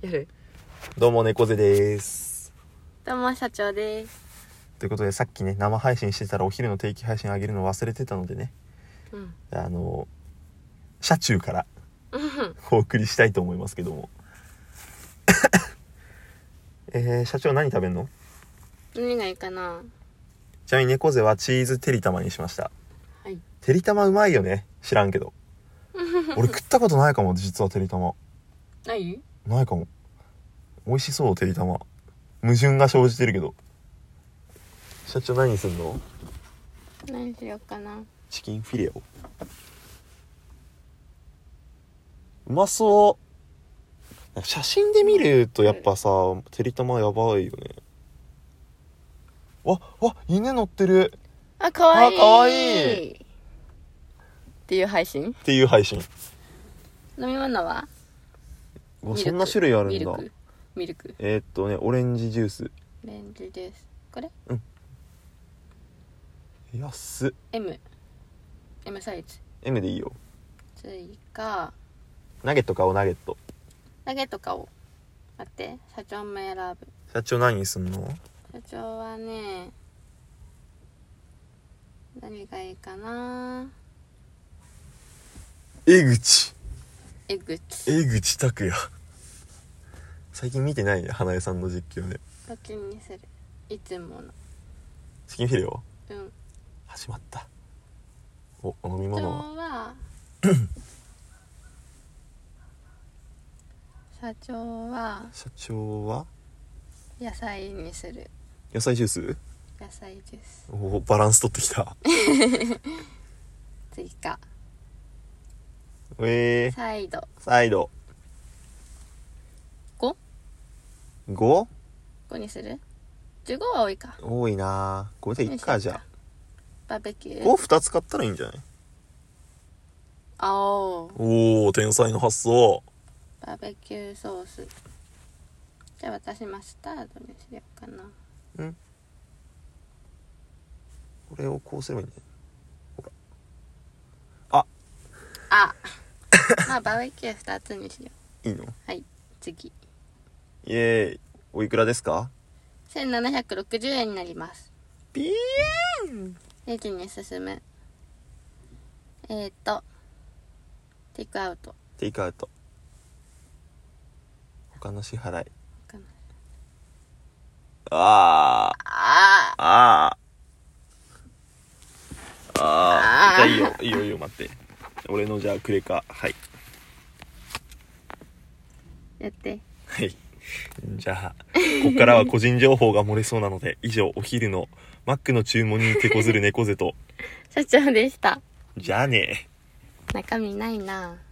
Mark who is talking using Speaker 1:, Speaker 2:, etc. Speaker 1: やる
Speaker 2: どうも猫背です
Speaker 1: どうも社長です
Speaker 2: ということでさっきね生配信してたらお昼の定期配信上げるの忘れてたのでね
Speaker 1: うん
Speaker 2: あの車中からお送りしたいと思いますけどもえー、社長何食べんの
Speaker 1: 何がいいかな
Speaker 2: ちなみに猫背はチーズてりたまにしました
Speaker 1: はい
Speaker 2: てりたまうまいよね知らんけど俺食ったことないかも実はてりたま
Speaker 1: ない
Speaker 2: ないかも美味しそうてりたま矛盾が生じてるけど社長何すんの
Speaker 1: 何しようかな
Speaker 2: チキンフィレオうまそう写真で見るとやっぱさてりたまやばいよねわわ犬乗ってる
Speaker 1: あ可愛い
Speaker 2: あ可愛
Speaker 1: いっていう配信
Speaker 2: っていう配信
Speaker 1: 飲み物は
Speaker 2: うわ
Speaker 1: ミルク
Speaker 2: そんな種類あるん
Speaker 1: ミル
Speaker 2: だ
Speaker 1: クミルク
Speaker 2: えーっとねオレンジジュース
Speaker 1: レンジですこれ
Speaker 2: 安っ
Speaker 1: M M サイズ
Speaker 2: M でいいよ
Speaker 1: 追加
Speaker 2: ナゲット買おうナゲット
Speaker 1: 投げとかを待って社長も選ぶ
Speaker 2: 社長何すんの
Speaker 1: 社長はね何がいいかな
Speaker 2: 江口
Speaker 1: えぐち
Speaker 2: 江口拓也最近見てないね花江さんの実況で
Speaker 1: どっちにするいつもの
Speaker 2: チキンフィレオ
Speaker 1: うん
Speaker 2: 始まったおお飲み
Speaker 1: 社長
Speaker 2: 物
Speaker 1: は
Speaker 2: は
Speaker 1: 社長は
Speaker 2: 社長は
Speaker 1: 野菜にする
Speaker 2: 野菜ジュース
Speaker 1: 野菜です
Speaker 2: おーバランス取ってきた
Speaker 1: 追加
Speaker 2: えー、
Speaker 1: サイド
Speaker 2: サイド
Speaker 1: 五
Speaker 2: 5?
Speaker 1: 5にする15は多いか
Speaker 2: 多いなこれでいっかじゃ
Speaker 1: バーベキュ
Speaker 2: あ
Speaker 1: ー
Speaker 2: 52つ買ったらいいんじゃない
Speaker 1: あおう
Speaker 2: おお天才の発想
Speaker 1: バーベキューソースじゃあ私マスタードにしようかな
Speaker 2: これをこうすればいいんだよ
Speaker 1: あまあバーベキュー2つにしよう
Speaker 2: いいの
Speaker 1: はい次
Speaker 2: イエーイおいくらですか
Speaker 1: 1760円になります
Speaker 2: ピーン
Speaker 1: レジに進むえっ、ー、とテイクアウト
Speaker 2: テイクアウト他の支払い
Speaker 1: かな
Speaker 2: あ
Speaker 1: あ
Speaker 2: ーあーあ
Speaker 1: あー
Speaker 2: ーじゃあいいよいいよいいよ待って俺のじゃあクレカはい
Speaker 1: ーやって
Speaker 2: はい。じゃあ、ここからは個人情報が漏れそうなので、以上、お昼のマックの注文に手こずる猫背と、
Speaker 1: 社長でした
Speaker 2: じゃあね
Speaker 1: 中身ないなぁ